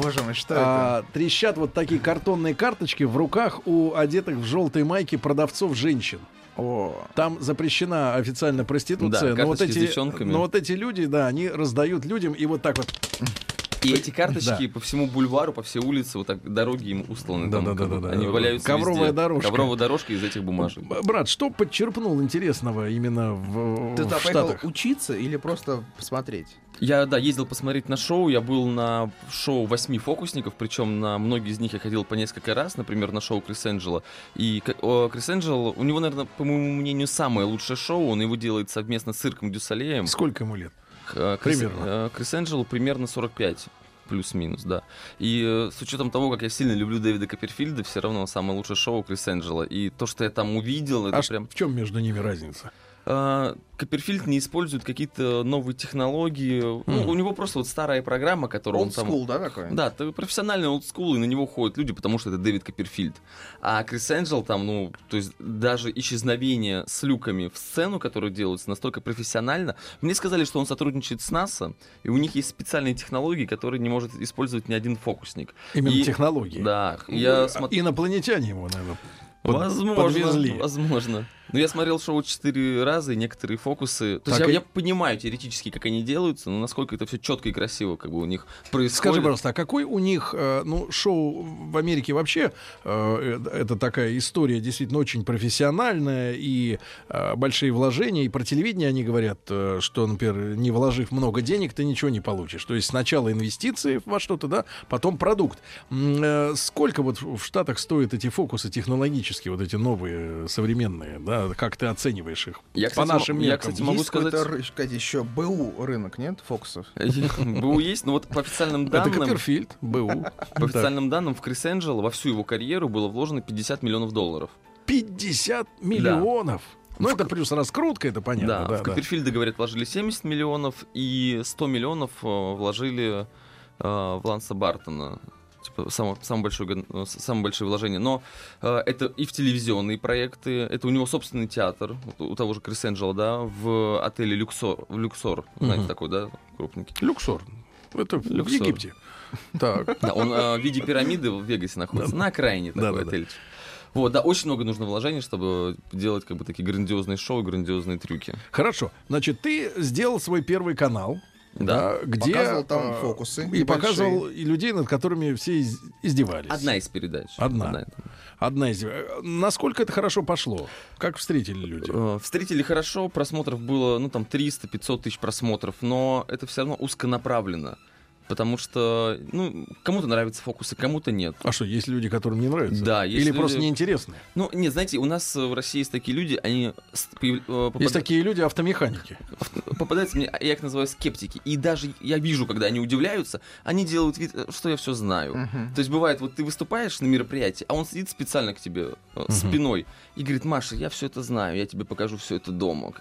Speaker 5: Боже мой, что
Speaker 4: А, трещат вот такие картонные карточки в руках у одетых в желтой майке продавцов женщин.
Speaker 5: это? О,
Speaker 4: Там запрещена официально проституция,
Speaker 6: Да,
Speaker 4: но, вот
Speaker 6: карточки с
Speaker 4: эти,
Speaker 6: девчонками.
Speaker 4: но вот эти люди, да, они раздают людям и вот так вот.
Speaker 6: И эти карточки по всему бульвару, по всей улице, вот так дороги им усланы. там,
Speaker 4: Да-да-да-да-да.
Speaker 6: как бы, Они валяются
Speaker 4: Ковровая
Speaker 6: везде.
Speaker 4: дорожка.
Speaker 6: Ковровая дорожка из этих бумажек.
Speaker 4: Б- Брат, что подчерпнул интересного именно в,
Speaker 5: ты
Speaker 4: в
Speaker 5: туда поехал
Speaker 4: Штатах?
Speaker 5: учиться или просто посмотреть?
Speaker 6: Я, да, ездил посмотреть на шоу. Я был на шоу восьми фокусников, причем на многие из них я ходил по несколько раз, например, на шоу Крис Энджела. И к- о, Крис Энджел, у него, наверное, по моему мнению, самое лучшее шоу. Он его делает совместно с Цирком Дюсалеем.
Speaker 4: Сколько ему лет?
Speaker 6: Э, Крис,
Speaker 4: Примерно.
Speaker 6: э, Крис Энджелу примерно 45 плюс-минус, да. И э, с учетом того, как я сильно люблю Дэвида Копперфильда, все равно самое лучшее шоу Крис Энджела. И то, что я там увидел, это
Speaker 4: а ш-
Speaker 6: прям...
Speaker 4: в чем между ними разница?
Speaker 6: А, Копперфильд не использует какие-то новые технологии. Ну,
Speaker 4: Хм.
Speaker 6: у него просто вот старая программа, которую он там...
Speaker 5: Олдскул, да, такой?
Speaker 6: Да, это профессиональный олдскул, и на него ходят люди, потому что это Дэвид Копперфильд. А Крис Энджел там, ну, то есть даже исчезновение с люками в сцену, которую делается настолько профессионально. Мне сказали, что он сотрудничает с НАСА, и у них есть специальные технологии, которые не может использовать ни один фокусник.
Speaker 4: Именно
Speaker 6: И-
Speaker 4: технологии.
Speaker 6: Да, я
Speaker 4: Ну,
Speaker 6: смотрю...
Speaker 4: Инопланетяне его, наверное. под-
Speaker 6: Возможно,
Speaker 4: подвезли.
Speaker 6: возможно. Но я смотрел шоу четыре раза, и некоторые фокусы... То есть
Speaker 4: Так,
Speaker 6: я,
Speaker 4: и-
Speaker 6: я понимаю теоретически, как они делаются, но насколько это все четко и красиво как бы у них происходит.
Speaker 4: Скажи, пожалуйста, а какой у них, э, ну, шоу в Америке вообще, э, э, это такая история действительно очень профессиональная, и э, большие вложения, и про телевидение они говорят, э, что, например, не вложив много денег, ты ничего не получишь. То есть сначала инвестиции во что-то, да, потом продукт. М, э, Сколько вот в в Штатах стоят эти фокусы технологические, вот эти новые, э, современные, да, как ты оцениваешь их
Speaker 6: Я,
Speaker 4: по
Speaker 6: кстати,
Speaker 4: нашим
Speaker 6: м- я,
Speaker 4: меркам?
Speaker 6: кстати, могу
Speaker 5: Есть какой-то
Speaker 6: сказать-
Speaker 5: ры- сказать, еще БУ рынок, нет, фокусов?
Speaker 6: БУ есть, но вот по официальным
Speaker 4: Это
Speaker 6: данным...
Speaker 4: Копперфильд, БУ.
Speaker 6: По официальным данным, в Крис Энджела во всю его карьеру было вложено 50 миллионов долларов.
Speaker 4: 50 миллионов. Ну, это плюс раскрутка, это понятно.
Speaker 6: да,
Speaker 4: Да,
Speaker 6: в
Speaker 4: да.
Speaker 6: Копперфильда, говорят, вложили 70 миллионов, и 100 миллионов э, вложили э, в Ланса Бартона. Типа, самое, самое большое, гон- э, с- самое большое вложение. Но э, это и в телевизионные проекты, это у него собственный театр, вот у того же Крис Энджела, да, в отеле Люксор, в Люксор, знаете,
Speaker 4: Мгм.
Speaker 6: такой, да, крупненький.
Speaker 4: Люксор. Это в
Speaker 6: Люксор.
Speaker 4: Египте. Так.
Speaker 6: Да, он э, в виде пирамиды в Вегасе находится, на окраине
Speaker 4: Да,
Speaker 6: такой
Speaker 4: да, да.
Speaker 6: отель. Вот, да, очень много нужно вложений, чтобы делать как бы такие грандиозные шоу, грандиозные трюки.
Speaker 4: Хорошо. Значит, ты сделал свой первый канал.
Speaker 6: Да.
Speaker 4: да, где
Speaker 5: Показывал там
Speaker 4: э,
Speaker 5: фокусы
Speaker 4: И
Speaker 5: небольшие.
Speaker 4: показывал и людей, над которыми все из- издевались.
Speaker 6: Одна из передач.
Speaker 4: Одна. Одна из. э, Насколько это хорошо пошло? Как встретили люди?
Speaker 6: Э, Встретили хорошо, просмотров было, ну, там, 300-500 тысяч просмотров, но это все равно узконаправленно, потому что, ну, кому-то нравятся фокусы, кому-то нет.
Speaker 4: А что, есть люди, которым не нравится?
Speaker 6: Да, есть
Speaker 4: Или
Speaker 6: люди-
Speaker 4: просто неинтересны?
Speaker 6: Ну, нет, знаете, у нас э, в России есть такие люди, они с- появ- э, попада-
Speaker 4: Есть такие люди автомеханики.
Speaker 6: попадаются мне, а я их называю скептики, и даже я вижу, когда они удивляются, они делают вид, э, что я все знаю.
Speaker 5: Мгм.
Speaker 6: То есть бывает, вот ты выступаешь на мероприятии, а он сидит специально к тебе э, спиной и говорит, Маша, я все это знаю, я тебе покажу все это дома.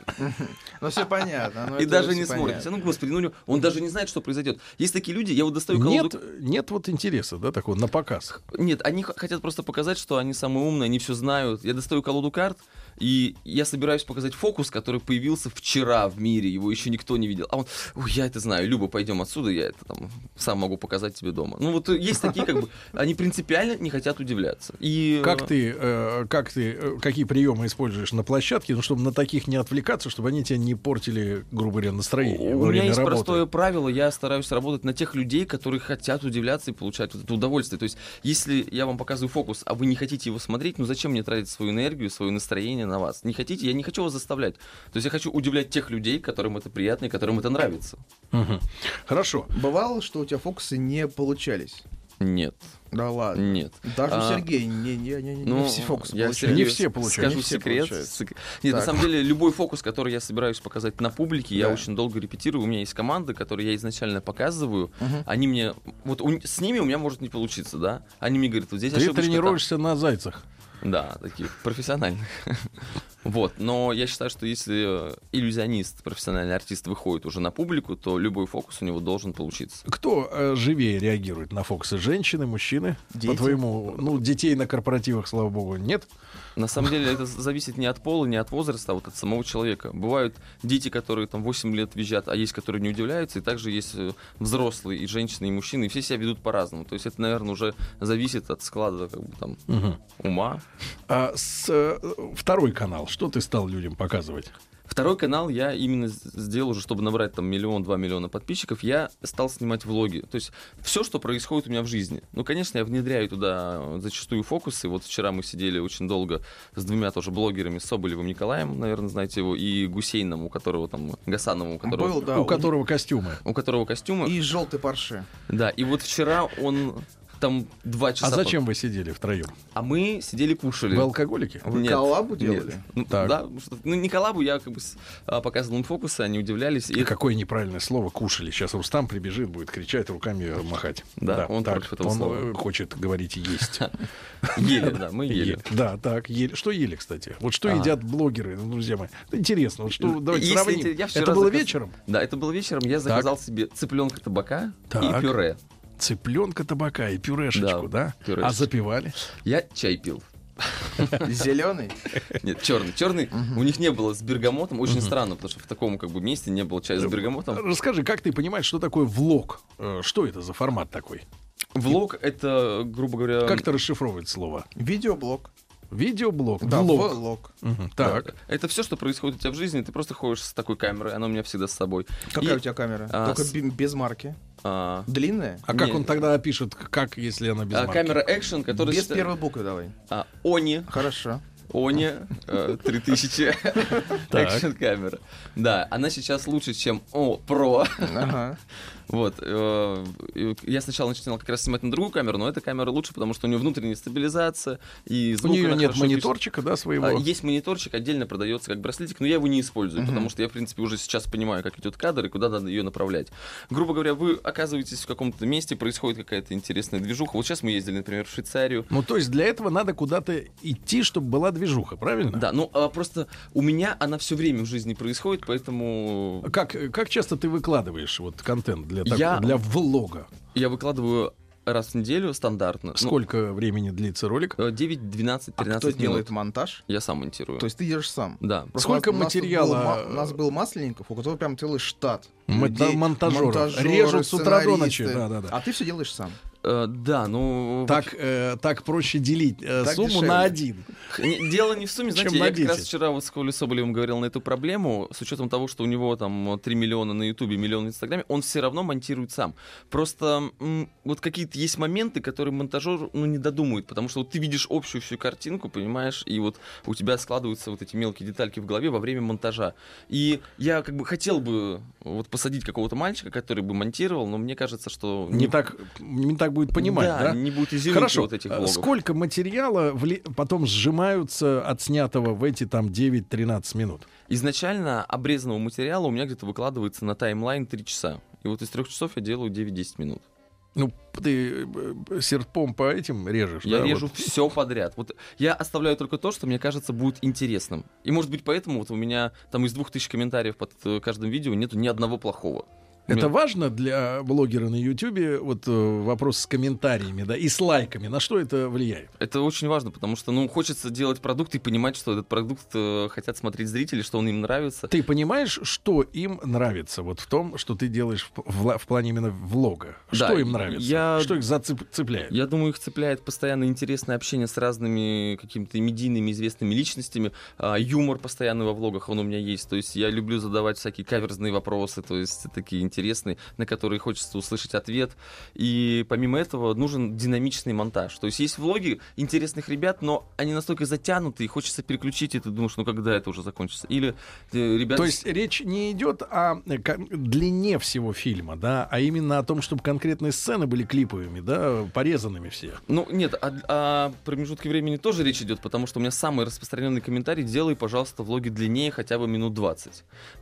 Speaker 5: Ну, все понятно. ну,
Speaker 6: И
Speaker 5: это
Speaker 6: даже
Speaker 5: всё
Speaker 6: не смотрит.
Speaker 5: понятно.
Speaker 6: Ну, господи, ну, у него- он даже не знает, что произойдет. Есть такие люди, я вот достаю колоду...
Speaker 4: Нет, нет вот интереса, да, такого на показ.
Speaker 6: Нет, они х- хотят просто показать, что они самые умные, они все знают. Я достаю колоду карт, и я собираюсь показать фокус, который появился вчера в мире, его еще никто не видел. А он, ой, я это знаю, Люба, пойдем отсюда, я это там сам могу показать тебе дома. Ну вот э, есть такие, как бы, они принципиально не хотят удивляться. И э,
Speaker 4: Как ты, э, как ты, э, какие приемы используешь на площадке, ну, чтобы на таких не отвлекаться, чтобы они тебя не портили, грубо говоря, настроение
Speaker 6: У
Speaker 4: во
Speaker 6: меня
Speaker 4: время
Speaker 6: есть
Speaker 4: работы?
Speaker 6: простое правило, я стараюсь работать на тех людей, которые хотят удивляться и получать вот это удовольствие. То есть, если я вам показываю фокус, а вы не хотите его смотреть, ну зачем мне тратить свою энергию, свое настроение на вас? Не хотите? Я не хочу вас заставлять. То есть я хочу удивлять тех людей, которым это приятно и которым это нравится.
Speaker 4: Мгм. Хорошо.
Speaker 6: Ну,
Speaker 5: Бывало, что у тебя фокусы не получались?
Speaker 6: Нет,
Speaker 5: Да ладно.
Speaker 6: нет.
Speaker 5: Даже у
Speaker 6: А,
Speaker 5: Сергея не, не, не, не,
Speaker 6: ну,
Speaker 5: все фокусы
Speaker 6: я
Speaker 5: получались.
Speaker 4: Не
Speaker 6: Сергею
Speaker 4: все получают,
Speaker 6: Скажу
Speaker 5: не все
Speaker 6: секрет.
Speaker 5: получают.
Speaker 6: Сек- Нет, на
Speaker 5: Так.
Speaker 6: самом деле любой фокус, который я собираюсь показать на публике, я
Speaker 5: Да.
Speaker 6: очень долго репетирую. У меня есть команды, которые я изначально показываю.
Speaker 5: Мгм.
Speaker 6: Они мне вот у- с ними у меня может не получиться, да? Они мне говорят, вот здесь
Speaker 4: Ты
Speaker 6: ошибочка, там.
Speaker 4: тренируешься на зайцах.
Speaker 6: Да, таких профессиональных. Вот, но я считаю, что если э, иллюзионист, профессиональный артист выходит уже на публику, то любой фокус у него должен получиться.
Speaker 4: Кто э, живее реагирует на фоксы? Женщины, мужчины?
Speaker 5: Дети.
Speaker 4: По-твоему, ну, детей на корпоративах, слава богу, нет.
Speaker 6: На самом деле это зависит не от пола, не от возраста, а вот от самого человека. Бывают дети, которые там 8 лет визжат, а есть, которые не удивляются, и также есть э, взрослые, и женщины, и мужчины, и все себя ведут по-разному. То есть это, наверное, уже зависит от склада как бы, там, ума.
Speaker 4: А с, э, второй канал, что ты стал людям показывать?
Speaker 6: Второй канал я именно с- сделал уже, чтобы набрать там миллион-два миллиона подписчиков, я стал снимать влоги. То есть все, что происходит у меня в жизни. Ну, конечно, я внедряю туда э, зачастую фокусы. Вот вчера мы сидели очень долго с двумя тоже блогерами, Соболевым Николаем, наверное, знаете его, и Гусейном, у которого там, Гасановым,
Speaker 4: А
Speaker 6: у которого...
Speaker 5: Был, да.
Speaker 4: У которого костюмы.
Speaker 6: У которого костюмы.
Speaker 5: И желтый парши.
Speaker 6: Да, и вот вчера он там два
Speaker 4: А
Speaker 6: часа...
Speaker 4: зачем вы сидели втроем?
Speaker 6: А мы сидели кушали.
Speaker 4: Вы алкоголики?
Speaker 5: Вы
Speaker 6: Нет,
Speaker 5: коллабу делали?
Speaker 6: нет. Ну,
Speaker 4: Так.
Speaker 6: да, потому что- ну, не коллабу, я как бы с- а, показывал им фокусы, они удивлялись.
Speaker 4: И какое неправильное слово кушали. Сейчас Рустам прибежит, будет кричать, руками махать.
Speaker 6: Да, он против этого
Speaker 4: он
Speaker 6: слова.
Speaker 4: э, хочет говорить есть.
Speaker 6: Ели, да, мы ели.
Speaker 4: Е- Да, так, ели. Что ели, кстати? Вот что
Speaker 6: Ага.
Speaker 4: едят блогеры, ну, друзья мои? Это Интересно, вот что,
Speaker 6: Ну,
Speaker 4: давайте
Speaker 6: А. если
Speaker 4: сравним.
Speaker 6: это- я вчера
Speaker 4: Это было
Speaker 6: заказ-
Speaker 4: вечером?
Speaker 6: Да, это было вечером. Я заказал себе цыпленка табака и
Speaker 4: Так.
Speaker 6: пюре.
Speaker 4: Цыпленка табака и пюрешечку,
Speaker 6: Да,
Speaker 4: да?
Speaker 6: пюрешечку.
Speaker 4: А запивали?
Speaker 6: Я чай пил.
Speaker 5: Зеленый?
Speaker 6: Нет, черный. Черный у них не было с бергамотом. Очень странно, потому что в таком как бы месте не было
Speaker 4: Э,
Speaker 6: чая с бергамотом.
Speaker 4: Расскажи, как ты понимаешь, что такое влог? Э, Что это за формат такой?
Speaker 6: Влог это, грубо говоря,
Speaker 4: Как это расшифровывает слово?
Speaker 5: Видеоблог.
Speaker 4: Видеоблог?
Speaker 5: Да,
Speaker 4: Блог.
Speaker 5: влог.
Speaker 4: Мгм, Так.
Speaker 6: Да. Это все, что происходит у тебя в жизни, ты просто ходишь с такой камерой, она у меня всегда с собой.
Speaker 5: Какая
Speaker 6: И,
Speaker 5: у тебя камера?
Speaker 6: а,
Speaker 5: Только
Speaker 6: с-
Speaker 5: би- без марки.
Speaker 6: а,
Speaker 5: Длинная?
Speaker 4: А как
Speaker 6: Не.
Speaker 4: он тогда опишет, к- как, если она без
Speaker 6: а,
Speaker 4: марки?
Speaker 6: камера экшен, которая...
Speaker 5: Без
Speaker 6: счита-
Speaker 5: первой буквы давай.
Speaker 6: а, Они,
Speaker 5: Хорошо.
Speaker 6: Они, э, 3000 экшен камера. Да, она сейчас лучше, чем О, Про.
Speaker 5: Ага.
Speaker 6: Вот. э, и Я сначала начинал как раз снимать на другую камеру, но эта камера лучше, потому что у нее внутренняя стабилизация, и
Speaker 4: У
Speaker 6: звук
Speaker 4: нее
Speaker 6: она
Speaker 4: нет
Speaker 6: хорошо пишет.
Speaker 4: мониторчика, да, своего?
Speaker 6: А, Есть мониторчик, отдельно продается как браслетик, но я его не использую, потому что я, в принципе, уже сейчас понимаю, как идет кадр и куда надо ее направлять. Грубо говоря, вы оказываетесь в каком-то месте, происходит какая-то интересная движуха. Вот сейчас мы ездили, например, в Швейцарию.
Speaker 4: Ну, то есть для этого надо куда-то идти, чтобы была движуха, правильно?
Speaker 6: Да, ну а просто у меня она все время в жизни происходит, поэтому
Speaker 4: Как, как часто ты выкладываешь вот контент для, так-
Speaker 6: Я-
Speaker 4: для влога?
Speaker 6: я выкладываю раз в неделю стандартно. Ну,
Speaker 4: Сколько времени длится ролик?
Speaker 6: э, 9, 12, 13
Speaker 5: А кто
Speaker 6: минут.
Speaker 5: делает монтаж?
Speaker 6: Я сам монтирую.
Speaker 5: То есть ты держишь сам.
Speaker 6: Да.
Speaker 5: Просто
Speaker 4: Сколько
Speaker 5: у нас- у нас тут
Speaker 4: материала?
Speaker 5: было ма- У нас был Масленников, у которого прям целый штат.
Speaker 4: Мон-
Speaker 5: людей,
Speaker 4: монтажеров. Режут с утра до ночи,
Speaker 5: сценаристы.
Speaker 4: да-да-да.
Speaker 5: А ты все делаешь сам.
Speaker 6: Э, да, ну...
Speaker 4: Так, э, так проще делить э,
Speaker 5: Так
Speaker 4: сумму
Speaker 5: дешевле.
Speaker 4: на один.
Speaker 6: Не- Дело не в сумме,
Speaker 4: Чем
Speaker 6: знаете, я
Speaker 4: на
Speaker 6: как раз
Speaker 4: 10.
Speaker 6: вчера вот с Колей Соболевым говорил на эту проблему, с учетом того, что у него там 3 миллиона на Ютубе, миллион в Инстаграме, он все равно монтирует сам. Просто м, вот какие-то есть моменты, которые монтажер ну, не додумает, потому что вот ты видишь общую всю картинку, понимаешь, и вот у тебя складываются вот эти мелкие детальки в голове во время монтажа. И я как бы хотел бы вот посадить какого-то мальчика, который бы монтировал, но мне кажется, что...
Speaker 4: Не так, не так будет понимать, да?
Speaker 6: не будет изюминки
Speaker 4: Хорошо.
Speaker 6: вот этих
Speaker 4: А
Speaker 6: влогов.
Speaker 4: Сколько материала вли- потом сжимаются от снятого в эти там 9-13 минут?
Speaker 6: Изначально обрезанного материала у меня где-то выкладывается на таймлайн 3 часа. И вот из 3 часов я делаю 9-10 минут.
Speaker 4: Ну, ты э, серпом по этим режешь,
Speaker 6: Я
Speaker 4: да, вот?
Speaker 6: режу все подряд. Вот я оставляю только то, что мне кажется будет интересным. И может быть поэтому вот у меня там из 2000 комментариев под э, каждым видео нету ни одного плохого. У
Speaker 4: Это
Speaker 6: меня-
Speaker 4: важно для блогера на Ютубе, вот э, вопрос с комментариями, да, и с лайками. На что это влияет?
Speaker 6: Это очень важно, потому что, ну, хочется делать продукт и понимать, что этот продукт э, хотят смотреть зрители, что он им нравится.
Speaker 4: Ты понимаешь, что им нравится вот в том, что ты делаешь в, в ла- в плане именно влога?
Speaker 6: Да,
Speaker 4: Что им нравится?
Speaker 6: я-
Speaker 4: Что их зацепляет?
Speaker 6: Я думаю, их цепляет постоянно интересное общение с разными какими-то медийными известными личностями. А, юмор постоянно во влогах, он у меня есть. То есть я люблю задавать всякие каверзные вопросы, то есть такие интересные, на которые хочется услышать ответ. И помимо этого нужен динамичный монтаж. То есть есть влоги интересных ребят, но они настолько затянуты, и хочется переключить, и ты думаешь, ну когда это уже закончится? Или э, ребята...
Speaker 4: То есть речь не идет о э, ко- длине всего фильма, да, а именно о том, чтобы конкретные сцены были клиповыми, да, порезанными все.
Speaker 6: Ну, нет, о, о промежутке времени тоже речь идет, потому что у меня самый распространенный комментарий «делай, пожалуйста, влоги длиннее хотя бы минут 20».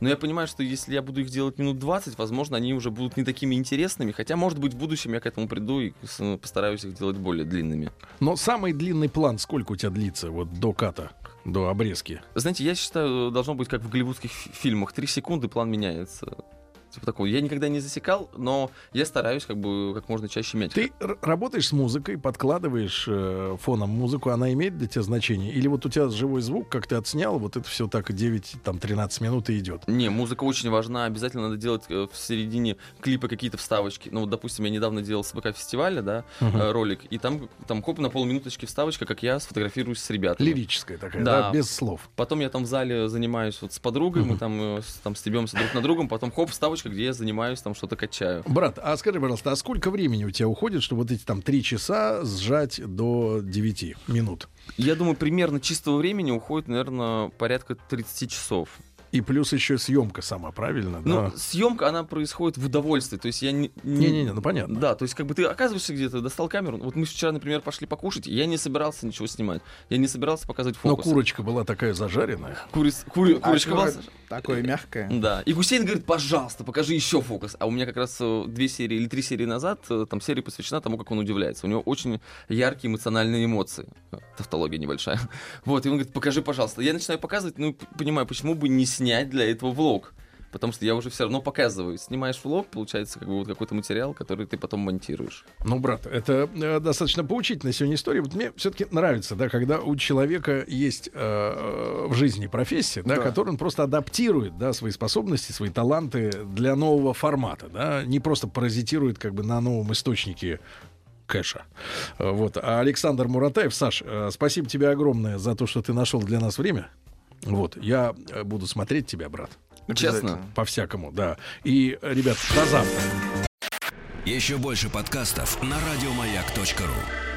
Speaker 6: Но я понимаю, что если я буду их делать минут 20, возможно, они уже будут не такими интересными, хотя, может быть, в будущем я к этому приду и с- э, постараюсь их делать более длинными.
Speaker 4: Но самый длинный план, сколько у тебя длится вот до ката, до обрезки?
Speaker 6: Знаете, я считаю, должно быть как в голливудских фи- фильмах. Три секунды план меняется. Типа такого. Я никогда не засекал, но я стараюсь как бы как можно чаще менять.
Speaker 4: Ты р- работаешь с музыкой, подкладываешь э, фоном музыку, она имеет для тебя значение? Или вот у тебя живой звук, как ты отснял, вот это все так 9, там 13 минут и идет?
Speaker 6: Не, музыка очень важна. Обязательно надо делать э, в середине клипа какие-то вставочки. Ну, вот, допустим, я недавно делал с БК фестиваля, да, э, ролик, и там, там хоп, на полминуточки вставочка, как я сфотографируюсь с ребятами.
Speaker 4: Лирическая такая, да,
Speaker 6: Да.
Speaker 4: без слов.
Speaker 6: Потом я там в зале занимаюсь вот с подругой, мы там, э, с- там стебемся друг на другом, потом хоп, вставочка, где я занимаюсь, там что-то качаю.
Speaker 4: Брат, а скажи, пожалуйста, а сколько времени у тебя уходит, чтобы вот эти там 3 часа сжать до 9 минут?
Speaker 6: Я думаю, примерно чистого времени уходит, наверное, порядка 30 часов.
Speaker 4: И плюс еще съемка сама, правильно?
Speaker 6: Ну,
Speaker 4: да?
Speaker 6: съемка, она происходит в удовольствии. То есть я не...
Speaker 4: Не-не-не, ну понятно.
Speaker 6: Да, то есть как бы ты оказываешься где-то, достал камеру. Вот мы вчера, например, пошли покушать, и я не собирался ничего снимать. Я не собирался показывать
Speaker 4: Но
Speaker 6: фокус.
Speaker 4: курочка была такая зажаренная.
Speaker 6: Курис- кури-
Speaker 5: А
Speaker 6: курочка была-
Speaker 5: Такое- Такое мягкое.
Speaker 6: Да. И Гусейн говорит, пожалуйста, покажи еще фокус. А у меня как раз э, две серии или три серии назад, э, там серия посвящена тому, как он удивляется. У него очень яркие эмоциональные эмоции. Э, Тавтология небольшая. Вот, и он говорит, покажи, пожалуйста. Я начинаю показывать, ну, п- понимаю, почему бы не снять для этого влог. Потому что я уже все равно показываю. Снимаешь влог, получается как бы вот какой-то материал, который ты потом монтируешь.
Speaker 4: Ну, брат, это э, достаточно поучительная сегодня история. Вот мне все-таки нравится, да, когда у человека есть э, в жизни профессия, да,
Speaker 5: Да.
Speaker 4: которую он просто адаптирует, да, свои способности, свои таланты для нового формата, да, не просто паразитирует как бы на новом источнике кэша. Э, Вот. А Александр Муратаев, Саш, э, спасибо тебе огромное за то, что ты нашел для нас время. Вот. Я э, буду смотреть тебя, брат.
Speaker 6: Честно.
Speaker 4: По-всякому, да. И, э, ребят, до завтра.
Speaker 1: Еще больше подкастов на радиомаяк.ру.